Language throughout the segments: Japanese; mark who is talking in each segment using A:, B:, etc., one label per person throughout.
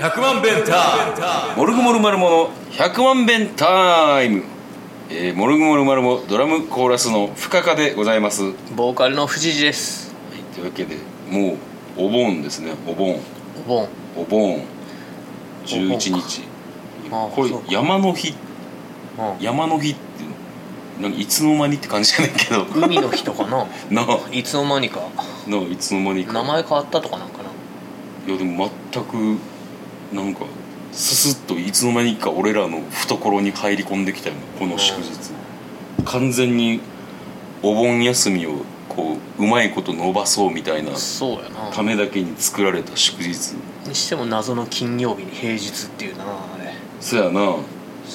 A: 100万弁タイムモルグモルマルモの100万弁タイム、えー、モルグモルマルモドラムコーラスの深カでございます、はい、
B: ボーカルの藤次です
A: というわけでもうお盆ですねお盆
B: お盆
A: お盆11
B: お
A: 日
B: ああ
A: これ
B: そうか
A: 山の日
B: う
A: 山の日ってなんかいつの間にって感じじゃないけど
B: ん海の日とかな
A: なあ
B: いつの間にか
A: なあいつの間にか
B: 名前変わったとかなんかない
A: やでも全くなんかススッといつの間にか俺らの懐に入り込んできたよねこの祝日、完全にお盆休みをこううまいこと伸ばそうみたいな
B: そうやな
A: ためだけに作られた祝日
B: にしても謎の金曜日に平日っていうなあれ
A: そやな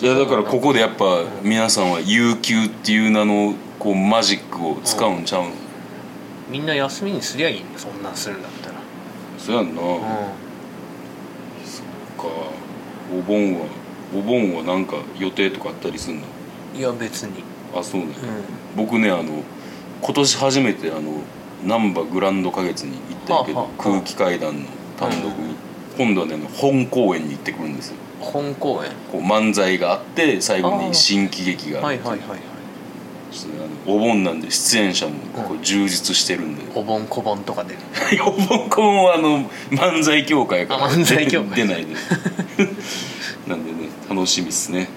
A: いやだからここでやっぱ皆さんは有給っていう名のこうマジックを使うんちゃうん
B: みんな休みにすりゃいいんだそんなんするんだったら
A: そやんな
B: うん
A: かお盆はお盆はなんか予定とかあったりすんの
B: んいや別に
A: あそうね、
B: うん
A: 僕ねあの今年初めてあの難波グランド花月に行ったんやけど、
B: はあはあ
A: 空気階段の単独に、
B: う
A: 今度はねあの本公演に行ってくるんですよ
B: 本公演
A: こう漫才があって最後
B: あ
A: に
B: あ
A: 新喜劇があ
B: はい
A: る
B: はいはいはい
A: ちょっとねあのお盆なんで出演者もこう充実してるんで、
B: お盆小盆とかで
A: お盆公演はあの漫才協会から
B: あ漫才協会
A: 出ないです なんでね楽しみっすね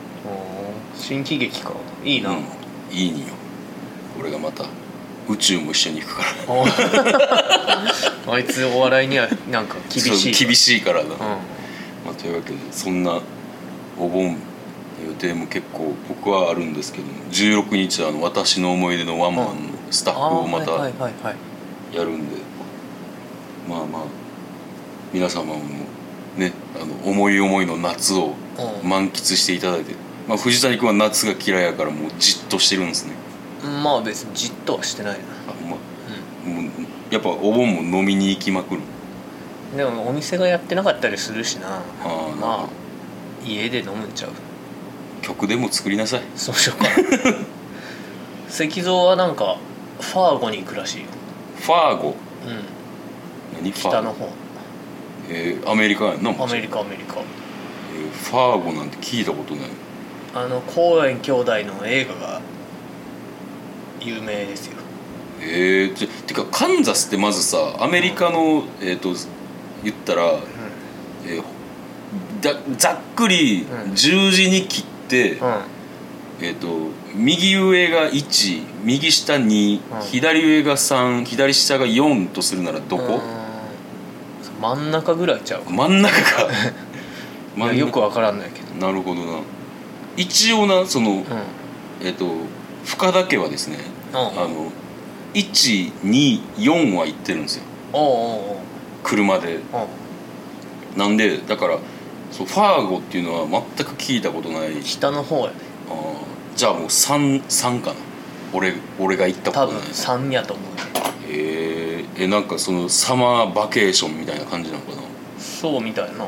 B: 新喜劇かいいな、
A: うん、いいによ俺がまた宇宙も一緒に行くから
B: お あいつお笑いにはなんか厳しい
A: そう厳しいからだ、
B: うん
A: まあ、というわけでそんなお盆の予定も結構僕はあるんですけども16日はあの私の思い出のワンマンのスタ
B: あ
A: ッフ
B: あ
A: をまたや
B: はいはいはい
A: るんで、まあまあ皆様もねあの思い思いの夏を
B: うん
A: 満喫していただいて、まあ、藤谷君は夏が嫌いやからもうじっとしてるんですね
B: まあ別にじっとはしてないな、
A: あ、まあ、もうやっぱお盆も飲みに行きまくる
B: うん、でもお店がやってなかったりするしな
A: ああ
B: まあ家で飲むんちゃう
A: 曲でも作りなさい
B: そうしようかな 石像はなんかファーゴに行くらしいよ、
A: ファーゴ
B: うん、
A: 何ファ
B: 北
A: ー
B: の
A: ゴ、
B: 方
A: えーアメリカやんなもちろ
B: ア
A: ん
B: メリカアメリカ
A: えーファーゴなんて聞いたことない
B: あのコーエン兄弟の映画が有名ですよ
A: えー、ちょてかカンザスってまずさアメリカの、えっ、と言ったら、えーだざっくり
B: うん
A: 十字に切って、
B: うん、うん、
A: えっ、と右上が1右下2、
B: うん
A: 左上が3左下が4とするならどこ、
B: 真ん中ぐらいちゃうか
A: 真ん中か
B: いやよくわからんないけど
A: なるほどな一応なその、
B: うん
A: えっ、と深田家はですね、
B: うん
A: あの124は行ってるんですよ
B: おうおう
A: 車で
B: おううん
A: なんでだからそうファーゴっていうのは全く聞いたことない
B: 北の方やね
A: あーじゃあもう 3, 3かな俺俺が行ったこ
B: 多
A: とな
B: 分
A: い
B: 3やと思う
A: えー、えなんかそのサマーバケーションみたいな感じなのかな
B: そうみたいな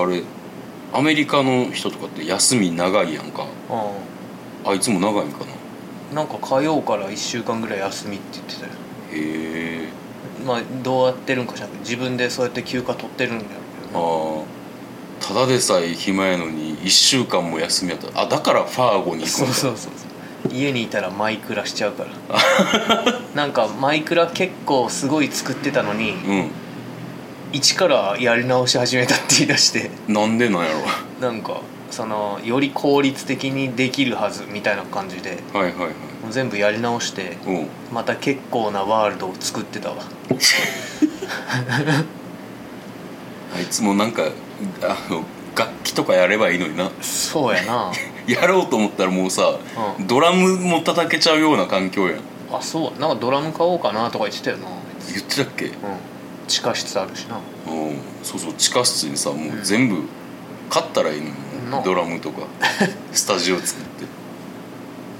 B: うん
A: あれアメリカの人とかって休み長いやんかあいつも長いんかな
B: なんか火曜から1週間ぐらい休みって言ってたよ
A: へえ
B: まあどうやってるんかしらんけど自分でそうやって休暇取ってるんだ
A: あ
B: ろうけどね
A: ーただでさえ暇やのに1週間も休みやったあだからファーゴに行く
B: そうん
A: だ
B: そうそうそう家にいたらマイクラしちゃう からなんかマイクラ結構すごい作ってたのに
A: う
B: 一からやり直し始めたって言い出して
A: んなんでなんやろ
B: なんかそのより効率的にできるはずみたいな感じで
A: はいはいはい
B: もう全部やり直して
A: うん
B: また結構なワールドを作ってた わ
A: あいつもなんかあの楽器とかやればいいのにな
B: そうやな
A: やろうと思ったらもうさ、
B: うん
A: ドラムも叩けちゃうような環境やん
B: あそうなんかドラム買おうかなとか言ってたよな、
A: 言ってたっけ、うん、
B: うん、地下室あるしな
A: そうそう地下室にさもううん全部買ったらいいのに、
B: な
A: ドラム とかスタジオ作って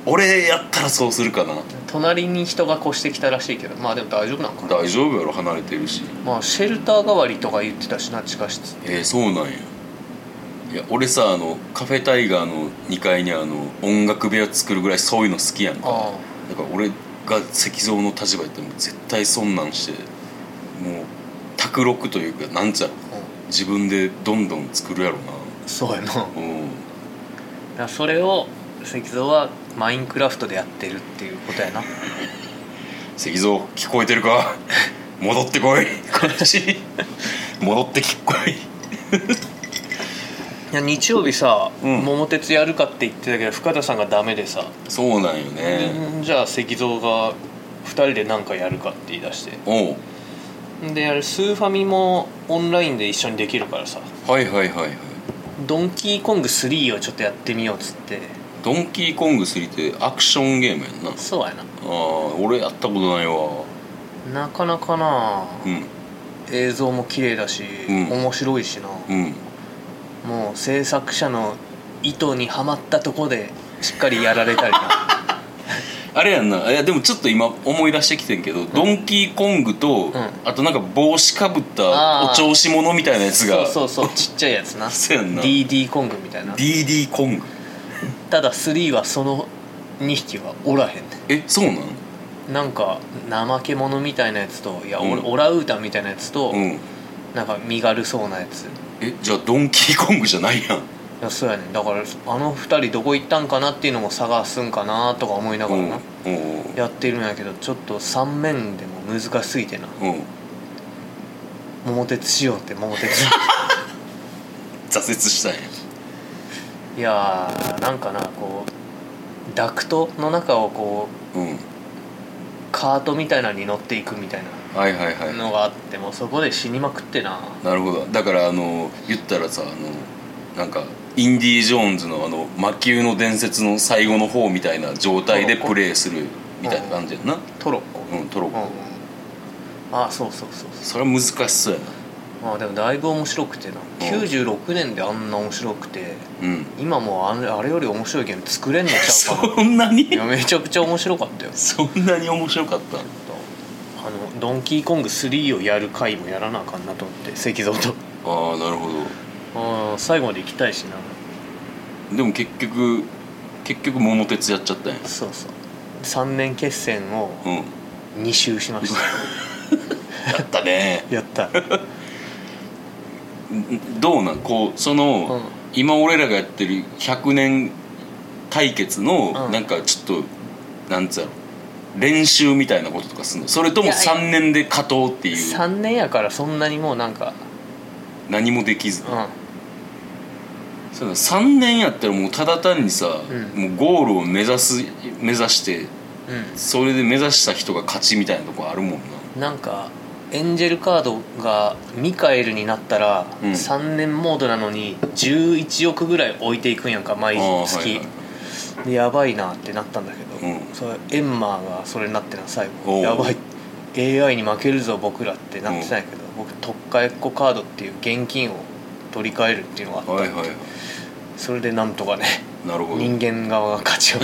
A: 俺やったらそうするかな
B: 隣に人が越してきたらしいけどまあでも大丈夫なんかな
A: 大丈夫やろ離れてるし
B: まあシェルター代わりとか言ってたしな地下室
A: えー、そうなんやいや俺さあのカフェタイガーの2階にあの音楽部屋作るぐらいそういうの好きやんか
B: あ
A: だから俺が石像の立場やったらもう絶対そんなんしてもう卓録というかなんちゃろ自分でどんどん作るやろ
B: そうやなだか
A: なうん
B: らそれを石像はマインクラフトでやってるっていうことやな
A: 石像聞こえてるか 戻ってこいこっ ち戻ってきっこい
B: いや日曜日さ、
A: うん
B: 桃鉄やるかって言ってたけど深田さんがダメでさ、
A: そうなんよね
B: でじゃあ石像が2人で何かやるかって言い出して
A: おう
B: であれスーファミもオンラインで一緒にできるからさ
A: はいはいはいはい
B: 「ドンキーコング3」をちょっとやってみようっつって
A: ドンキーコング3ってアクションゲームやんなあ
B: そうやな
A: ー俺やったことないわ
B: なかなかな、
A: うん
B: 映像も綺麗だし、
A: うん
B: 面白いしな、
A: うん
B: もう制作者の意図にはまったとこでしっかりやられたりな
A: あれやんないやでもちょっと今思い出してきてんけど、ドンキーコングと、
B: ん
A: あとなんか帽子かぶった
B: あー
A: お調子者みたいなやつが
B: そうそうそうちっちゃいやつ な
A: そうやんな
B: DD コングみたいな
A: DD コング
B: ただ3はその2匹はおらへんね
A: えそうなん
B: なんか怠け者みたいなやつといや、
A: うん
B: オラオラウータンみたいなやつと、
A: うん
B: なんか身軽そうなやつい
A: えじゃあドンキーコングじゃないやん
B: やそうやねだからあの2人どこ行ったんかなっていうのも探すんかなとか思いながらな、
A: うんうん
B: やってるんやけどちょっと3面でも難しすぎてな
A: うん
B: 桃鉄しようって 桃鉄
A: 挫折したんや
B: いやーなんかなこうダクトの中をこう
A: うん
B: カートみたいなのに乗っていくみたいな
A: はいはいはい、
B: のがあってもうそこで死にまくってな
A: なるほどだからあの言ったらさあのなんかインディ・ージョーンズのあの魔球の伝説の最後の方みたいな状態でプレイするみたいな感じやんな
B: トロッコ
A: うんトロッコ、
B: うんあそうそうそうそ
A: それは難しそうやな
B: うまあでもだいぶ面白くてな96年であんな面白くて
A: うん
B: 今もうあれあれより面白いゲーム作れんのちゃうかな
A: そんないに
B: やめちゃくちゃ面白かったよ
A: そんなに面白かった
B: あの「ドンキーコング3」をやる回もやらなあかんなと思って石像と
A: ああなるほ
B: あー最後まで行きたいしな
A: どでも結局結局桃鉄やっちゃったんや
B: そうそう3年決戦を
A: うん
B: 2周しました
A: やったね
B: やった
A: んどうなんこうその、
B: うん
A: 今俺らがやってる100年対決の
B: うん
A: なんかちょっと、なんつうやろ練習みたいなこととかするのそれとも
B: いやいや
A: 3年で勝とうっていう
B: 3年やからそんなにもうなんか
A: 何もできず
B: う
A: そうだ3年やったらもうただ単にさ、
B: うん
A: もうゴールを目指す目指して
B: んうん
A: それで目指した人が勝ちみたいなとこあるもんな
B: なんかエンジェルカードがミカエルになったら
A: うん
B: 3年モードなのに11億ぐらい置いていくんやんか毎
A: あー
B: 月、
A: はいはい
B: でやばいなってなったんだけど、
A: うん
B: それエンマーがそれになってな最
A: お
B: 後
A: う
B: やばい AI に負けるぞ僕らってなってたんやけど、僕特化エコカードっていう現金を取り替えるっていうのがあったん
A: は
B: で
A: いはいは
B: それでなんとかね
A: いなるほど
B: 人間側が勝ちを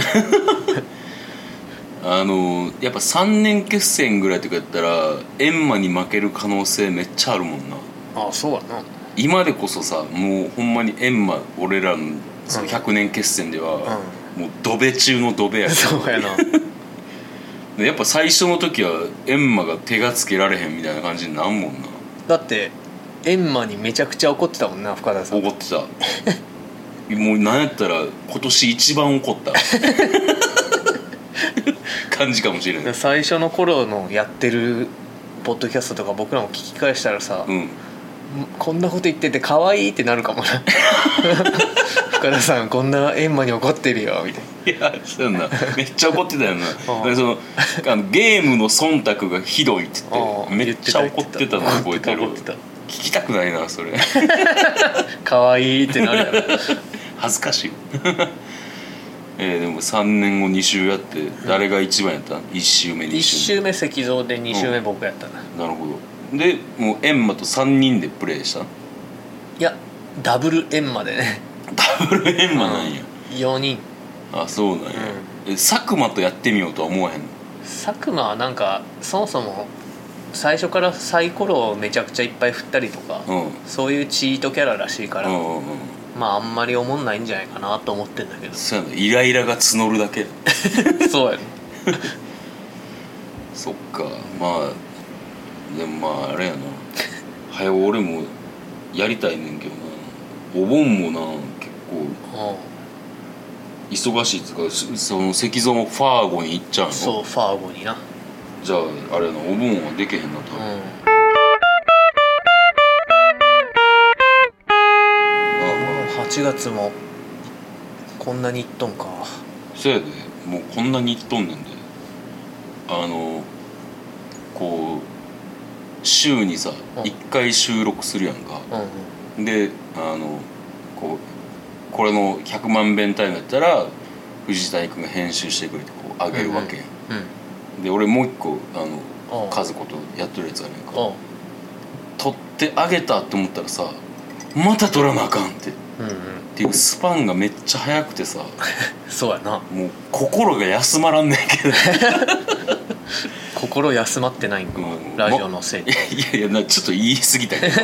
A: あのやっぱ3年決戦ぐらいとかやったらエンマに負ける可能性めっちゃ あるもんな
B: ああそうだな
A: 今でこそさもうほんまにエンマ俺らのその
B: うん
A: 100年決戦では、もうドベ中のドベやか
B: そうやな
A: らでやっぱ最初の時はエンマが手がつけられへんみたいな感じになんもんな
B: だってエンマにめちゃくちゃ怒ってたもんな深田さん
A: 怒ってたもうなんやったら今年一番怒った感じかもしれない
B: 最初の頃のやってるポッドキャストとか僕らも聞き返したらさ、
A: うん
B: こんなこと言ってて可愛いってなるか もな深田さんこんなエンマに怒ってるよみたい
A: いやそうやんなめっちゃ怒ってたよな
B: ああ
A: でそのあのゲームな忖度がひどいって言
B: あ
A: って
B: あ
A: めっちゃ怒ってたの覚えてる
B: 言ってた言って
A: 聞きたくないなそれ
B: な可愛いってなるや ろ
A: 恥ずかしい えーでも3年後2週やって誰が一番やった、1週目2
B: 1
A: 週
B: 周目石像で2周目僕やったな、
A: 目なるほどでもうエンマと3人でプレイした
B: いやダブルエンマでね
A: ダブルエンマなんや、
B: 4人
A: あそうなんや、え佐久間とやってみようとは思わへんの
B: 佐久間はなんかそもそも最初からサイコロをめちゃくちゃいっぱい振ったりとか、
A: うん
B: そういうチートキャラらしいから、
A: うんうんうん
B: まああんまり思んないんじゃないかなと思ってんだ けど
A: そうやなイライラが募るだけ
B: そうやね
A: そっかまあでもまああれやな早う俺もやりたいねんけどなお盆もな結構忙しいっつうかすその石像もファーゴに行っちゃうの
B: そうファーゴにな
A: じゃああれやなお盆はでけへんなと、あ
B: う
A: あ
B: ん8月もこんなにいっとんか
A: そやでもうこんなに行っとんねんであのこう週にさ
B: うん
A: 1回収録するやんか、
B: うんうん
A: であのこうこれの100万弁タイムやったら藤谷君が編集してくれてこう上げるわけやん、
B: う
A: で俺もう一個あ
B: あ
A: の
B: あ
A: 和子とやってるやつあるやんか
B: んうん
A: 撮ってあげたって思ったらさまた撮らなあかんってっ
B: うん
A: ていうスパンがめっちゃ早くてさ
B: そうやな
A: もう心が休まらんねんけど
B: 心休まってないんか、
A: うん
B: ラジオのせいで
A: いやいやなちょっと言い過ぎたけど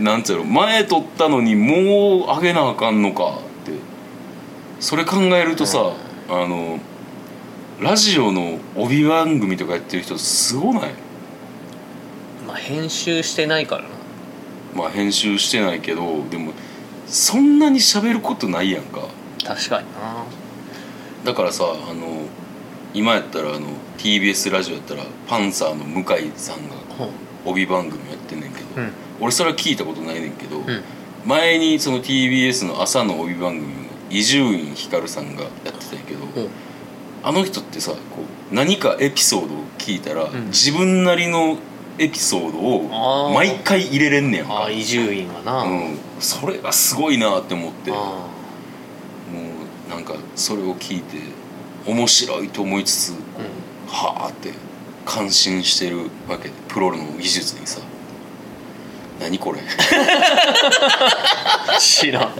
A: なんつうの前撮ったのにもうあげなあかんのかってそれ考えるとさ、あのラジオの帯番組とかやってる人すごない
B: まあ編集してないからな
A: まあ編集してないけどでもそんなに喋ることないやんか
B: 確かに
A: だ
B: な
A: からさあの今やったらあの TBS ラジオやったらパンサーの向井さんが帯番組やってんねんけど、
B: うん
A: 俺それは聞いたことないねんけど、
B: うん
A: 前にその TBS の朝の帯番組の伊集院光さんがやってたんやけど、
B: うん
A: あの人ってさこう何かエピソードを聞いたら、
B: ん
A: 自分なりのエピソード
B: あ
A: を
B: ー
A: 毎回入れれんねやん
B: あ
A: か
B: あ、伊集院はな、
A: う
B: あ
A: ん、それがすごいなって思っても
B: あ
A: うなんかそれを聞いて面白いと思いつつ
B: う
A: はあって感心してるわけでプロの技術にさ何 これ
B: ん知らん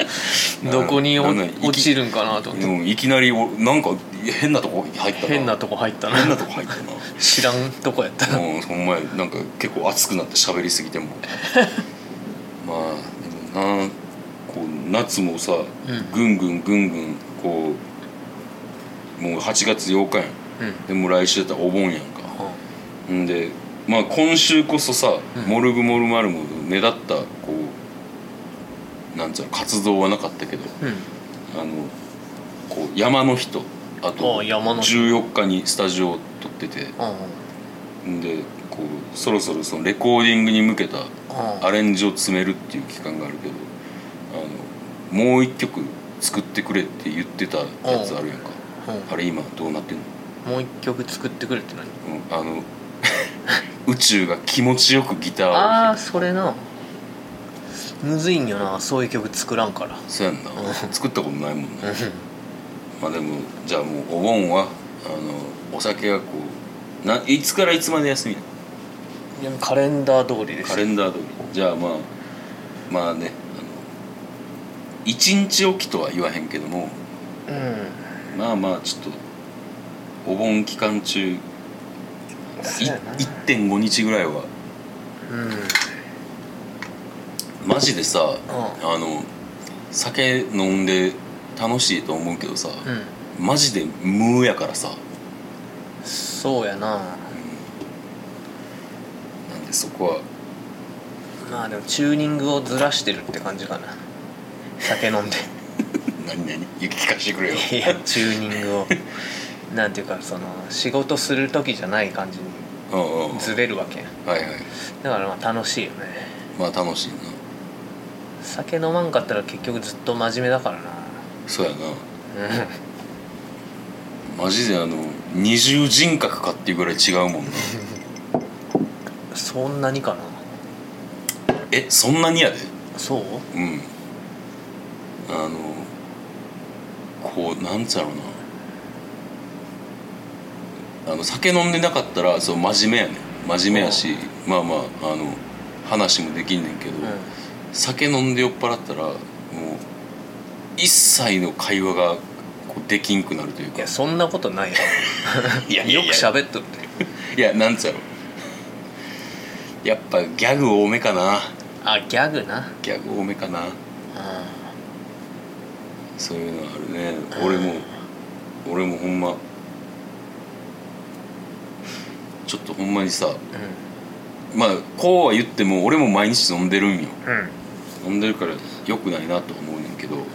B: どこに
A: な
B: お
A: んなんいき
B: 落ちるんかなと思って
A: うんいきなりおなんか変なとこ入ったな
B: 変なとこ入ったな
A: 変なとこ入ったな
B: 知らんとこやったな
A: もうほんまやなんか結構熱くなって喋りすぎて もまあでもなこう夏もさ、
B: ん
A: ぐんぐんぐんぐんこうもう8月8日やん
B: うん
A: でもう来週だったらお盆やんか
B: あ
A: んでまあ今週こそさ、
B: うん
A: モルグモルマルモの目立ったこうなんつうの活動はなかったけど
B: うん
A: あのこう山の日とあと
B: あ山の日
A: 14日にスタジオを撮ってて
B: あ
A: んでこうそろそろそのレコーディングに向けた
B: ああ
A: アレンジを詰めるっていう期間があるけどあのもう一曲作ってくれって言ってたやつあるやんか
B: う
A: あれ今どうなってんの
B: んもう一曲作ってくれって何
A: うんあの 宇宙が気持ちよくギターを弾い
B: ああそれなむずいんよなそういう曲作らんから
A: てそうやんな作ったことないもんね
B: う
A: まあでもじゃあもうお盆はあのお酒がこうないつからいつまで休みなの
B: んいやカレンダー通りです
A: カレンダー通りじゃあまあまあねあの一日おきとは言わへんけども
B: うん
A: まあまあちょっとお盆期間中い
B: そうやな
A: 1.5日ぐらいは
B: うん
A: マジでさ、あの酒飲んで楽しいと思うけどさ、
B: うん
A: マジで無やからさ
B: そうやな
A: なんでそこは
B: まあでもチューニングをずらしてるって感じかな酒飲んで
A: 何々雪聞かしてくれよ
B: いやチューニングをなんていうかその仕事する時じゃない感じに
A: うんうんうん
B: ずれるわけや
A: はいはい
B: だからまあ楽しいよね
A: まあ楽しいな
B: 酒飲まんかったら結局ずっと真面目だからな
A: そうやな
B: うん
A: マジであの二重人格かっていうぐらい違うもん な
B: そんなにかな
A: えそんなにやで
B: そう
A: うんあのこうなんちゃろうなあの酒飲んでなかったらそう真面目やね真面目やしまあまああの話もできんねんけど、
B: うん
A: 酒飲んで酔っ払ったらもう一切の会話がこうできんくなるという
B: い
A: か
B: やそんなこと ないよ
A: いやいや
B: よ
A: い
B: く
A: や
B: 喋っとるって
A: いやなんつうやろやっぱギャグ多めかな
B: あギャグな
A: ギャグ多めかな
B: う
A: そういうのあるね俺も俺もほんまちょっとほんまにさ
B: んうん
A: まあこうは言っても俺も毎日飲んでるんよ
B: うん
A: 飲んでるから良くないなと思うねんけど、
B: うん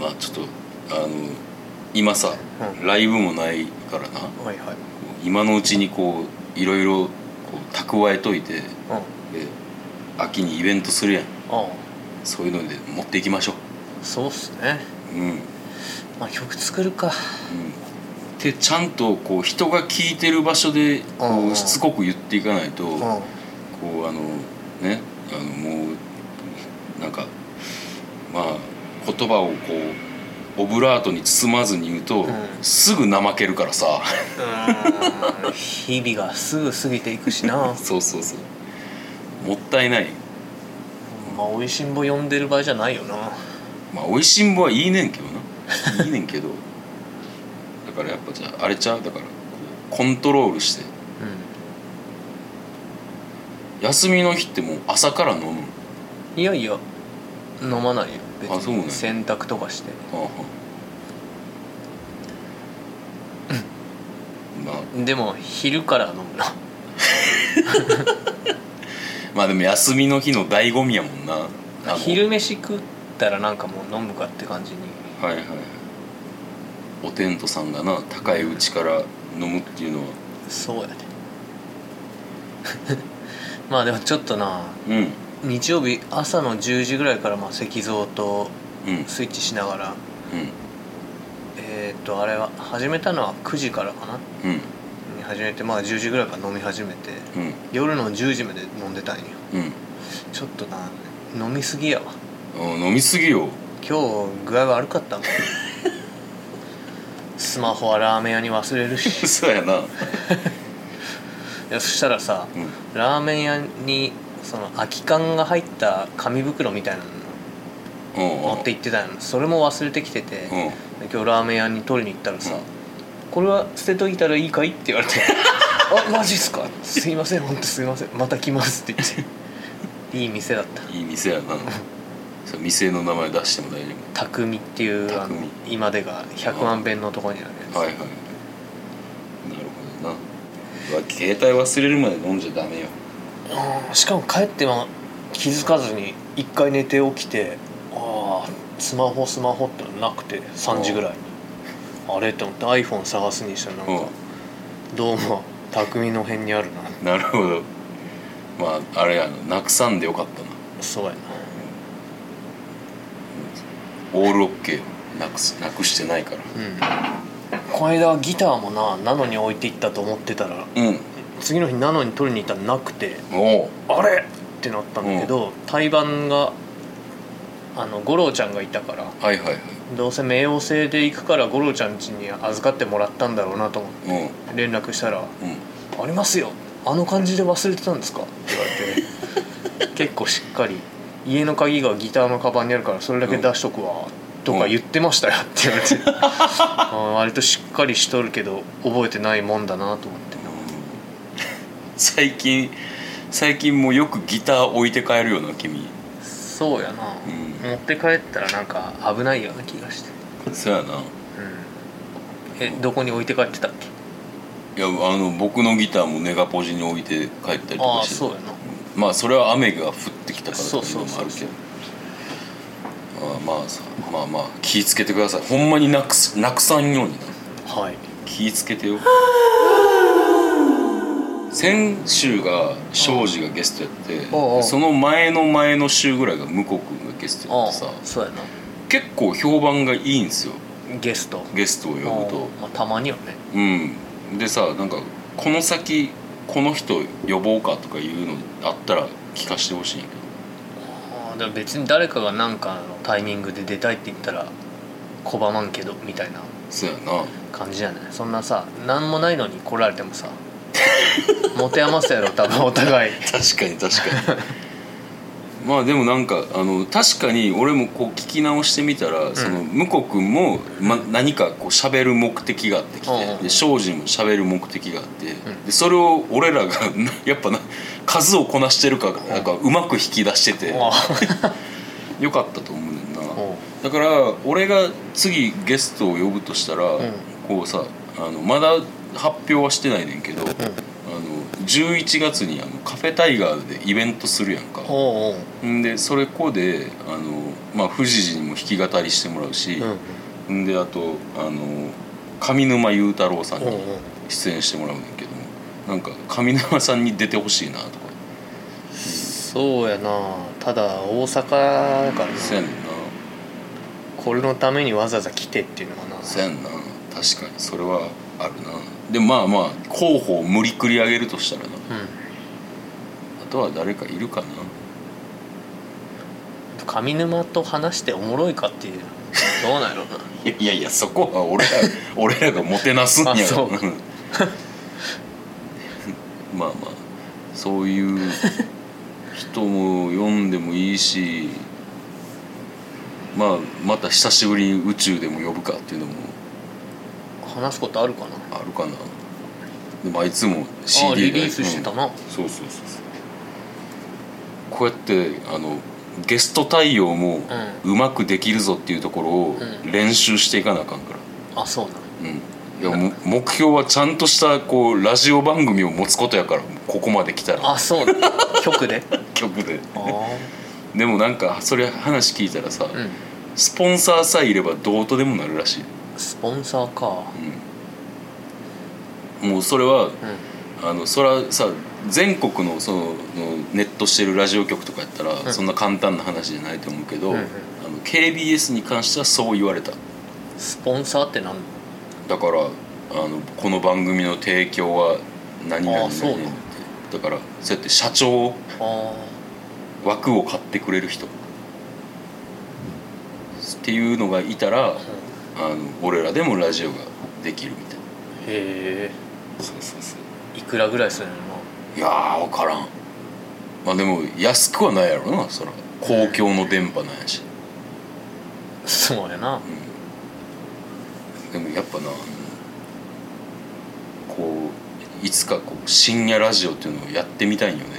A: まあちょっとあの今さ、
B: う
A: ライブもないからな
B: はいはい
A: 今のうちにこういろいろこう蓄えといてで
B: うんあ
A: 秋にイベントするやん
B: あ
A: そういうので持っていきましょ
B: そうっすね
A: ううん、うん、っ
B: まあ曲作るか
A: てちゃんとこう人が聞いてる場所で
B: うん
A: こ
B: うん
A: うしつこく言っていかないと
B: うん
A: こうあのねあのもうなんかまあ言葉をこうオブラートに包まずに言うと、
B: ん
A: すぐ怠けるからさ
B: うん日々がすぐ過ぎていくしな
A: そうそうそうもったいない
B: まあ美味しんぼ呼んでる場合じゃないよな
A: まあ美味しんぼはいいねんけどないいねんけどだからやっぱじゃああれちゃうだからこうコントロールして休みの日ってもう朝から飲むの
B: うんいやいや飲まないよ別
A: あそうなん
B: に
A: や
B: 洗濯とかして
A: ああはまあ
B: でも昼から飲むな
A: まあでも休みの日の醍醐味やもんなあの
B: 昼飯食ったらなんかもう飲むかって感じに
A: はいはいおテントさんがな高いうちから飲むっていうのは
B: そうやで まあでもちょっとな
A: うん
B: 日曜日朝の10時ぐらいからまあ石像と
A: うん
B: スイッチしながら
A: うん
B: えっ、とあれは始めたのは9時からかな
A: うん
B: に始めてまあ10時ぐらいから飲み始めて
A: うん
B: 夜の10時まで飲んでたんよ
A: うん
B: ちょっとな飲みすぎやわ
A: あ飲みすぎよ
B: 今日具合悪か ったもんスマホはラーメン屋に忘れるし
A: そうやな、うん、
B: いやそしたらさラーメン屋にその空き缶が入った紙袋みたいなの
A: 持
B: 持って行ってたのそれも忘れてきてて、
A: うん
B: で今日ラーメン屋に取りに行ったらさ、
A: うん
B: これは捨てといたらいいかい?」って言わ れて「あマジっすかすいません本当すいませんまた来ます」って言っていい店だった
A: いい店 やなそれ店の名前出しても大丈
B: 匠っていうあの
A: 匠
B: 今でが100万遍のとこにあるやつ、
A: 夫はいはいなるほどなうわ携帯忘れるまで飲んじゃダメよ
B: うんしかも帰っても気づかずに一回寝て起きてああスマホスマホってなくて3時ぐらいにあれと思って iPhone 探すにしたらなん
A: う
B: かどうも匠の辺にあるな
A: なるほどまああれやななくさんでよかったな
B: そうやな
A: オールオッケーよなくすなくしてないから
B: うんこの間ギターもなナノに置いていったと思ってたら
A: うん
B: 次の日ナノに取りに行ったらなくて
A: おう
B: あれってなったんだけど、対バンがあの五郎ちゃんがいたから
A: はいはいはい
B: どうせ冥王星で行くから五郎ちゃん家に預かってもらったんだろうなと思って
A: うん
B: 連絡したら
A: うん
B: 「ありますよあの感じで忘れてたんですか?」って言われて結構しっかり「家の鍵がギターのカバンにあるからそれだけ出しとくわ」とか言ってましたよって言われ てあー割としっかりしとるけど覚えてないもんだなと思って
A: 最近最近もうよくギター置いて帰るよな君
B: そうやな、
A: うん
B: 持って帰ったらなんか危ないような気がして
A: そうやな
B: うんえどこに置いて帰ってたっけ
A: いやあの僕のギターもネガポジに置いて帰ったりと
B: ああ
A: か
B: ー
A: して
B: そうやな
A: まあそれは雨が降ってきたからって
B: そう
A: いう
B: そ
A: の
B: う
A: も
B: そ
A: あ
B: う
A: るけどまあまあさまあまあ気ぃつけてくださいほんまになくすなくさんようにな
B: はい
A: 気ぃつけてよ先週が庄司がゲストやって
B: おうおう
A: その前の前の週ぐらいが向こう君がゲストや
B: あ
A: っ
B: あ
A: てさ
B: そうや
A: 結構評判がいいんですよ
B: なゲスト
A: ゲストを呼ぶと
B: ああまあ、たまにはね
A: うんでさなんかこの先この人呼ぼうかとかいうのあったら聞かしてほしいんやけど
B: ああでも別に誰かが何かのタイミングで出たいって言ったら拒まんけどみたいな
A: そうやな
B: 感じじゃないそんなさ何もないのに来られても さ持て余すやろ多分お互い
A: 確かに確かに まあでもなんかあの確かに俺もこう聞き直してみたら、その向こう君も、ま、何かこう喋る目的があってきて、
B: うんうん
A: で庄司も喋る目的があって、でそれを俺らが やっぱな数をこなしてるかなんかうまく引き出してて、
B: あ
A: よかったと思うねんな、
B: おう
A: だから俺が次ゲストを呼ぶとしたら、
B: ん
A: こうさあのまだ発表はしてないねんけど、あの11月にあのカフェタイガーでイベントするやんか
B: おうおう、
A: んでそれこであの、まあ、富士寺にも弾き語りしてもらうし、
B: うん
A: ん、であとあの上沼雄太郎さん
B: うん、おう
A: に
B: おう
A: 出演してもらうんだけどもなんか上沼さんに出てほしいなとか
B: そうやなただ大阪やからな
A: せやねんな
B: これのためにわざわざ来てっていうのはな
A: せやんな確かにそれはあるなでもまあまあ候補を無理くり上げるとしたらな
B: うん
A: あとは誰かいるかな
B: 上沼と話しておもろいかって いうどうなんやろうない
A: やいやいやそこは 俺ら俺らがもてなすんや
B: あそう
A: まあまあそういう人も読んでもいいしまあまた久しぶりに宇宙でも呼ぶかっていうのも
B: 話すことあるかな
A: あるかなでもあいつも
B: あ
A: CD
B: あリリースしてたな、
A: そうそうそうそうこうやってあのゲスト対応もうまくできるぞっていうところを
B: うん
A: 練習していかなあかんから、
B: あそうなの
A: うん、いやも目標はちゃんとしたこうラジオ番組を持つことやからここまで来たら
B: あそう なの曲で
A: 曲で
B: ああ
A: でもなんかそれ話聞いたらさ、
B: うん
A: スポンサーさえいればどうとでもなるらしい、
B: スポンサーか
A: うん、もうそれは
B: うん
A: あのそれはさ全国のそののネットしてるラジオ局とかやったら、
B: ん
A: そんな簡単な話じゃないと思うけど、
B: うんうん
A: あの KBS に関してはそう言われた
B: スポンサーってなんの
A: だからあのこの番組の提供は何々
B: あ
A: 何
B: そう
A: 々って
B: なの
A: だからそうやって社長
B: あ
A: 枠を買ってくれる人っていうのがいたら、
B: あ、う
A: あ
B: ん
A: の俺らでもラジオができるみたいな
B: へえ
A: そうそうそう
B: いくらぐらいするの
A: いやー分からんまあでも安くはないやろなそら公共の電波なんやし、
B: そうやな
A: でもやっぱなこういつかこう深夜ラジオっていうのをやってみたいんよね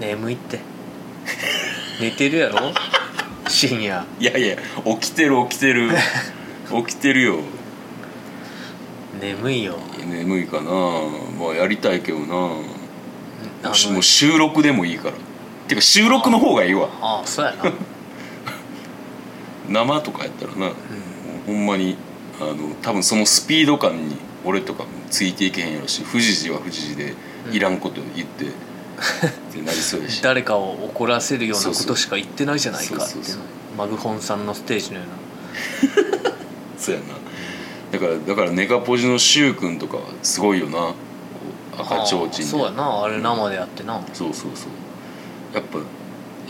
B: 眠いって 寝てるやろ深夜
A: いやいや起きてる起きてる起きてるよ
B: 眠いよ
A: 眠いかなまあやりたいけどな
B: あ
A: しも
B: の
A: う収録でもいいからてか収録の方がいいわ
B: ああそうやな、うん、
A: 生とかやったらな、ほんまにあの多分そのスピード感に俺とかもついていけへんやろし富士寺は富士寺でいらんこと言って、ってなりそう やし
B: 誰かを怒らせるようなことしか言ってないじゃないかって
A: そう
B: いう
A: そう
B: のマグホンさんのステージのような
A: そうやなだからだからネガポジの柊君とかはすごいよなこう赤ちょうちん
B: ああ
A: で
B: そうやなあれ生でやってな
A: そうそうそうやっ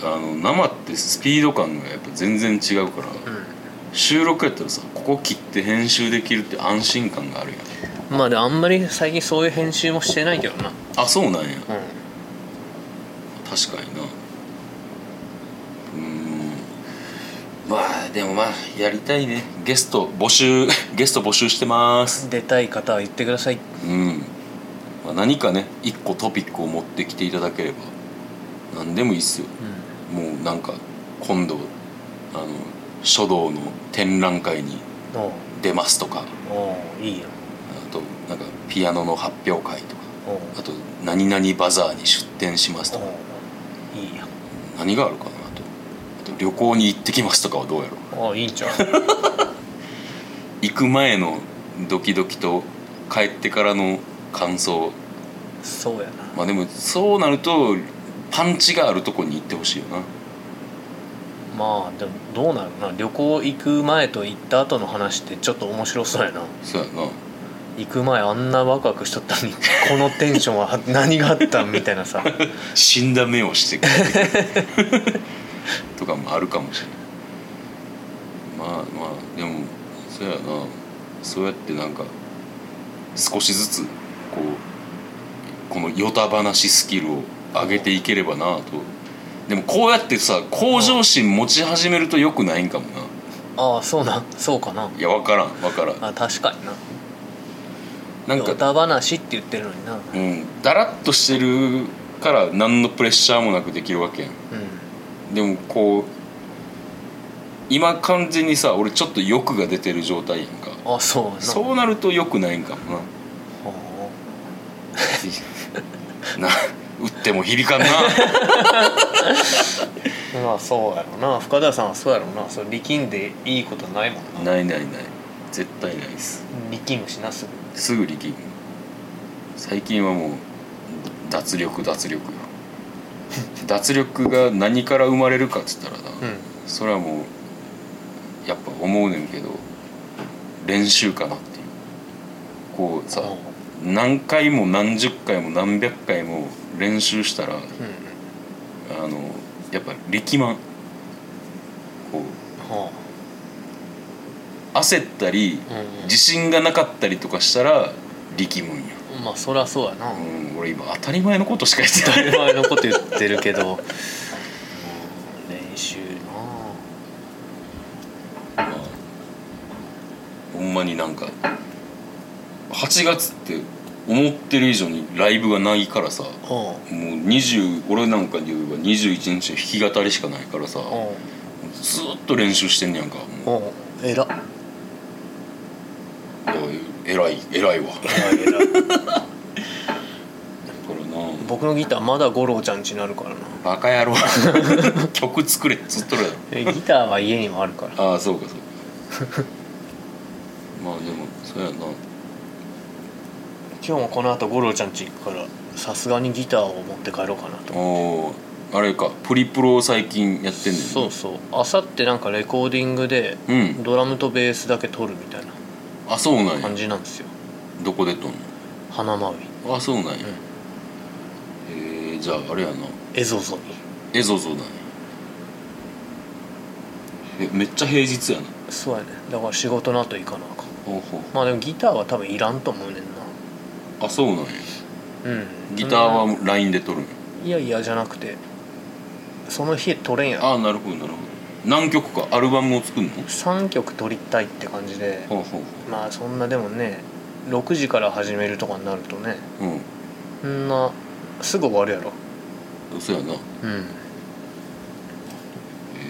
A: ぱあの生ってスピード感がやっぱ全然違うから、
B: う
A: 収録やったらさここ切って編集できるって安心感があるやん
B: んまあであんまり最近そういう編集もしてないけどな
A: あそうなんや
B: うん
A: 確かになうーんまあでもまあやりたいねゲスト募集 ゲスト募集してます
B: 出たい方は言ってください
A: うん、まあ、何かね一個トピックを持ってきていただければ何でもいいっすよ
B: う
A: もうなんか今度あの書道の展覧会に
B: んおう
A: 出ますとか
B: おういいよ
A: あとなんかピアノの発表会とか
B: おう
A: あと「何々バザーに出店します」とか
B: おういいや
A: 何があるかなとあと旅行に行ってきますとかはどうやろう
B: あいいんちゃう
A: 行く前のドキドキと帰ってからの感想
B: そうやな
A: まあでもそうなるとパンチがあるとこに行ってほしいよな
B: まあでもどうなるかな旅行行く前と行った後の話ってちょっと面白そうやな
A: そうやな
B: 行く前あんなワクワクしと ったのにこのテンションは何があったんみたいな さ
A: 死んだ目をして帰ってくるとかもあるかもしれないまあまあでもそうやなそうやってなんか少しずつこうこのヨタ話スキルを上げていければなとでもこうやってさ向上心持ち始めるとよくないんかもな
B: ああそうなんそうかない
A: や分からん分からん
B: あ確かにな
A: なんか
B: 歌話って言ってるのになうん
A: うん、だらっとしてるから何のプレッシャーもなくできるわけやんでもこう今完全にさ俺ちょっと欲が出てる状態やんか
B: あそうやな
A: そうなると良くないんかもなな
B: は
A: 打っても響かんな
B: まあそうやろな深田さんはそうやろなそれ力んでいいことないもんな
A: ないないない絶対ないです
B: 力むしなすぐ
A: すぐ力む最近はもう脱力脱力よ脱力が何から生まれるかっつったらな、
B: うん
A: それはもうやっぱ思うねんけど練習かなっていうこうさ
B: うん
A: 何回も何十回も何百回も練習したら
B: うん
A: あのやっぱ力まんこう
B: は
A: 焦ったり
B: あうん
A: 自信がなかったりとかしたら力むんよ、
B: うんまあそりゃそうやな
A: うん、俺今当たり前のことしか言ってない
B: 当たり前のこと言ってるけど 練習
A: まあほんまになんか8月って思ってる以上にライブがないからさも
B: なうん
A: う20俺なんかで言えば21日弾き語りしかないからさずーっと練習してんねやんかもう
B: うんうんえら
A: えらいえらいわだか
B: えら
A: らな
B: 僕のギターまだ五郎ちゃん家にあるからな
A: バカ野郎 曲作れっつっとるやろ
B: えギターは家にもあるから
A: ああそうかそうか まあでもそうやな
B: 今日もこの後五郎ちゃん家行くからさすがにギターを持って帰ろうかなと
A: おーあれかプリプロを最近やってんねんな
B: そうそうあさってなんかレコーディングで
A: うん
B: ドラムとベースだけ撮るみたいな
A: あそうなんや
B: 感じなんですよ
A: どこで撮んの
B: 花まうい
A: あそうなんや、えーじゃああれやな
B: エゾゾに
A: えぞぞなんやえめっちゃ平日やな
B: そうやねだから仕事の後行かなあかん
A: ほうほう
B: まあでもギターは多分いらんと思うねん
A: あそうなんや
B: なうん
A: ギターは LINE で撮るんや
B: いやいやじゃなくてその日撮れんや
A: ああなるほどなるほど何曲かアルバムを作るの
B: 3曲撮りたいって感じで
A: ほうほ
B: まあそんなでもね6時から始めるとかになるとね
A: ううん
B: そんなすぐ終わるやろ
A: そうやな
B: うん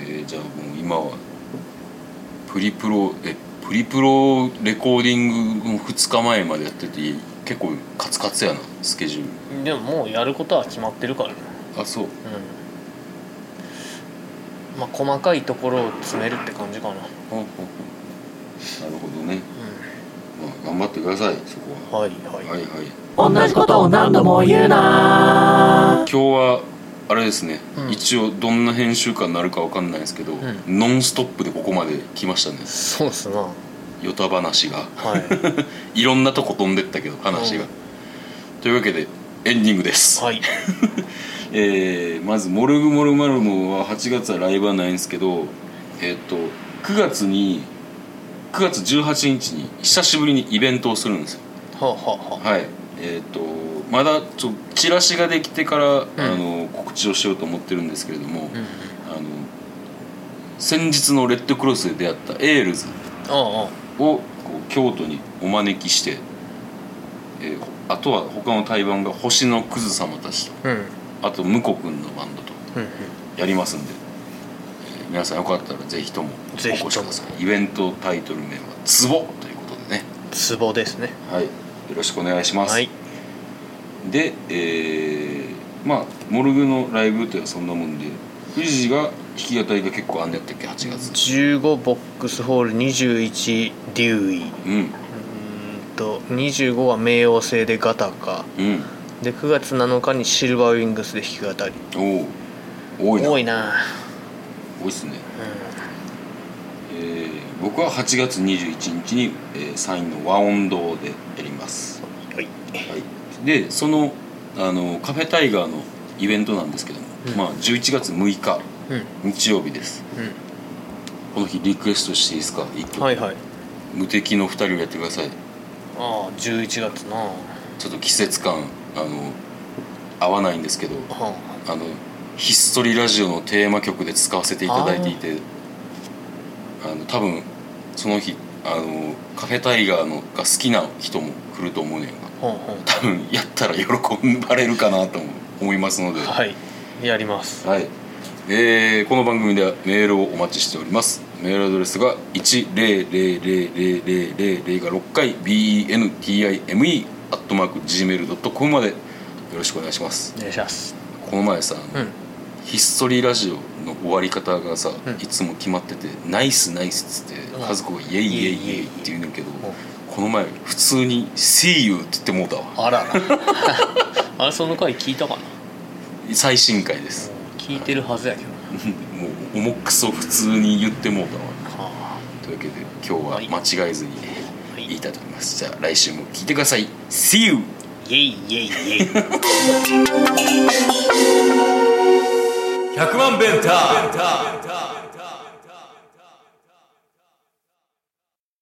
A: えーじゃあもう今はプリプロえプリプロレコーディングの2日前までやってて結構カツカツやなスケジュー
B: でももうやることは決まってるからね
A: ルあそう
B: うんまあ細かいところを詰めるって感じかな
A: ほうほうほうなるほどね、まあ、頑張ってくださいそこは
B: うんはいは
A: は
B: い、
A: いはい
C: 同じことを何度も言うな
A: 今日はあれですね、
B: うん
A: 一応どんな編集かになるかわかんないですけど、
B: ん
A: ノンストップでここまで来ましたね
B: そうっすなは
A: ヨタ話が
B: い
A: いろんなとこ飛んでったけど話が、
B: うん
A: というわけでエンディングです、
B: はい
A: えーまず「モルグモルマルモ」は8月はライブはないんですけどえっ、と9月に9月18日に久しぶりにイベントをするんですよ
B: はあは
A: はいえっ、とまだちょチラシができてから、あの告知をしようと思ってるんですけれども、
B: あうん
A: あの先日のレッドクロスで出会ったエールズ
B: あ
A: をこう京都にお招きして、えーあとは他の対バンが星のクズ様たちと
B: あうんうん
A: あとムコ君のバンドと
B: うん
A: やりますんで、えー皆さんよかったらぜひともお越
B: ぜひ
A: し
B: とも
A: くださいイベントタイトル名は「ツボ」ということでね
B: ツボですね
A: はいよろしくお願いします、
B: はい
A: でえーまあモルグのライブというのはそんなもんで富士が弾き語りが結構あんねやったっけ8月
B: 15ボックスホール21デューイ
A: うん
B: うーんと25は冥王星でガタカ
A: うん
B: で9月7日にシルバーウィングスで弾き語り
A: おお多いな
B: 多いな
A: 多いっすね、えー僕は8月21日に、えー、サインの和音堂でやります、
B: うんはい
A: はい、でそのあのカフェタイガーのイベントなんですけども、まあ、11月6日
B: うん
A: 日曜日です
B: う
A: この日リクエストしていいですか1曲、
B: んはいはい
A: 無敵の2人をやってください
B: ああ11月なは
A: ちょっと季節感あの合わないんですけど
B: あ
A: あのひっそりラジオのテーマ曲で使わせていただいていてあの多分その日あのカフェタイガーのが好きな人も来ると思うねんが
B: ほんほん
A: 多分やったら喜ばれるかなとも思いますので、
B: はいやります
A: はいえーこの番組ではメールをお待ちしておりますメールアドレスが10000000が6回 bentime.gmail.com までよよろしくお願いします
B: お願いします
A: この前さ、あ
B: う
A: の
B: ん
A: ひっそりラジオの終わり方がさ、
B: うん
A: いつも決まってて「ナイスナイス」っつって
B: うん
A: 和子が「イエイイエイイエイ」って言うねんけど
B: もう
A: この前普通に「See you」って言ってもうたわ
B: あらら あれその回聞いたかな
A: 最新回です
B: 聞いてるはずやけどな
A: もう重くそ普通に言ってもうたわ
B: は
A: というわけで今日は間違えずに
B: あはい
A: 言いたいと思います、じゃあ来週も聞いてください See you!
B: イエイイエイイエイ
A: 100万ベンター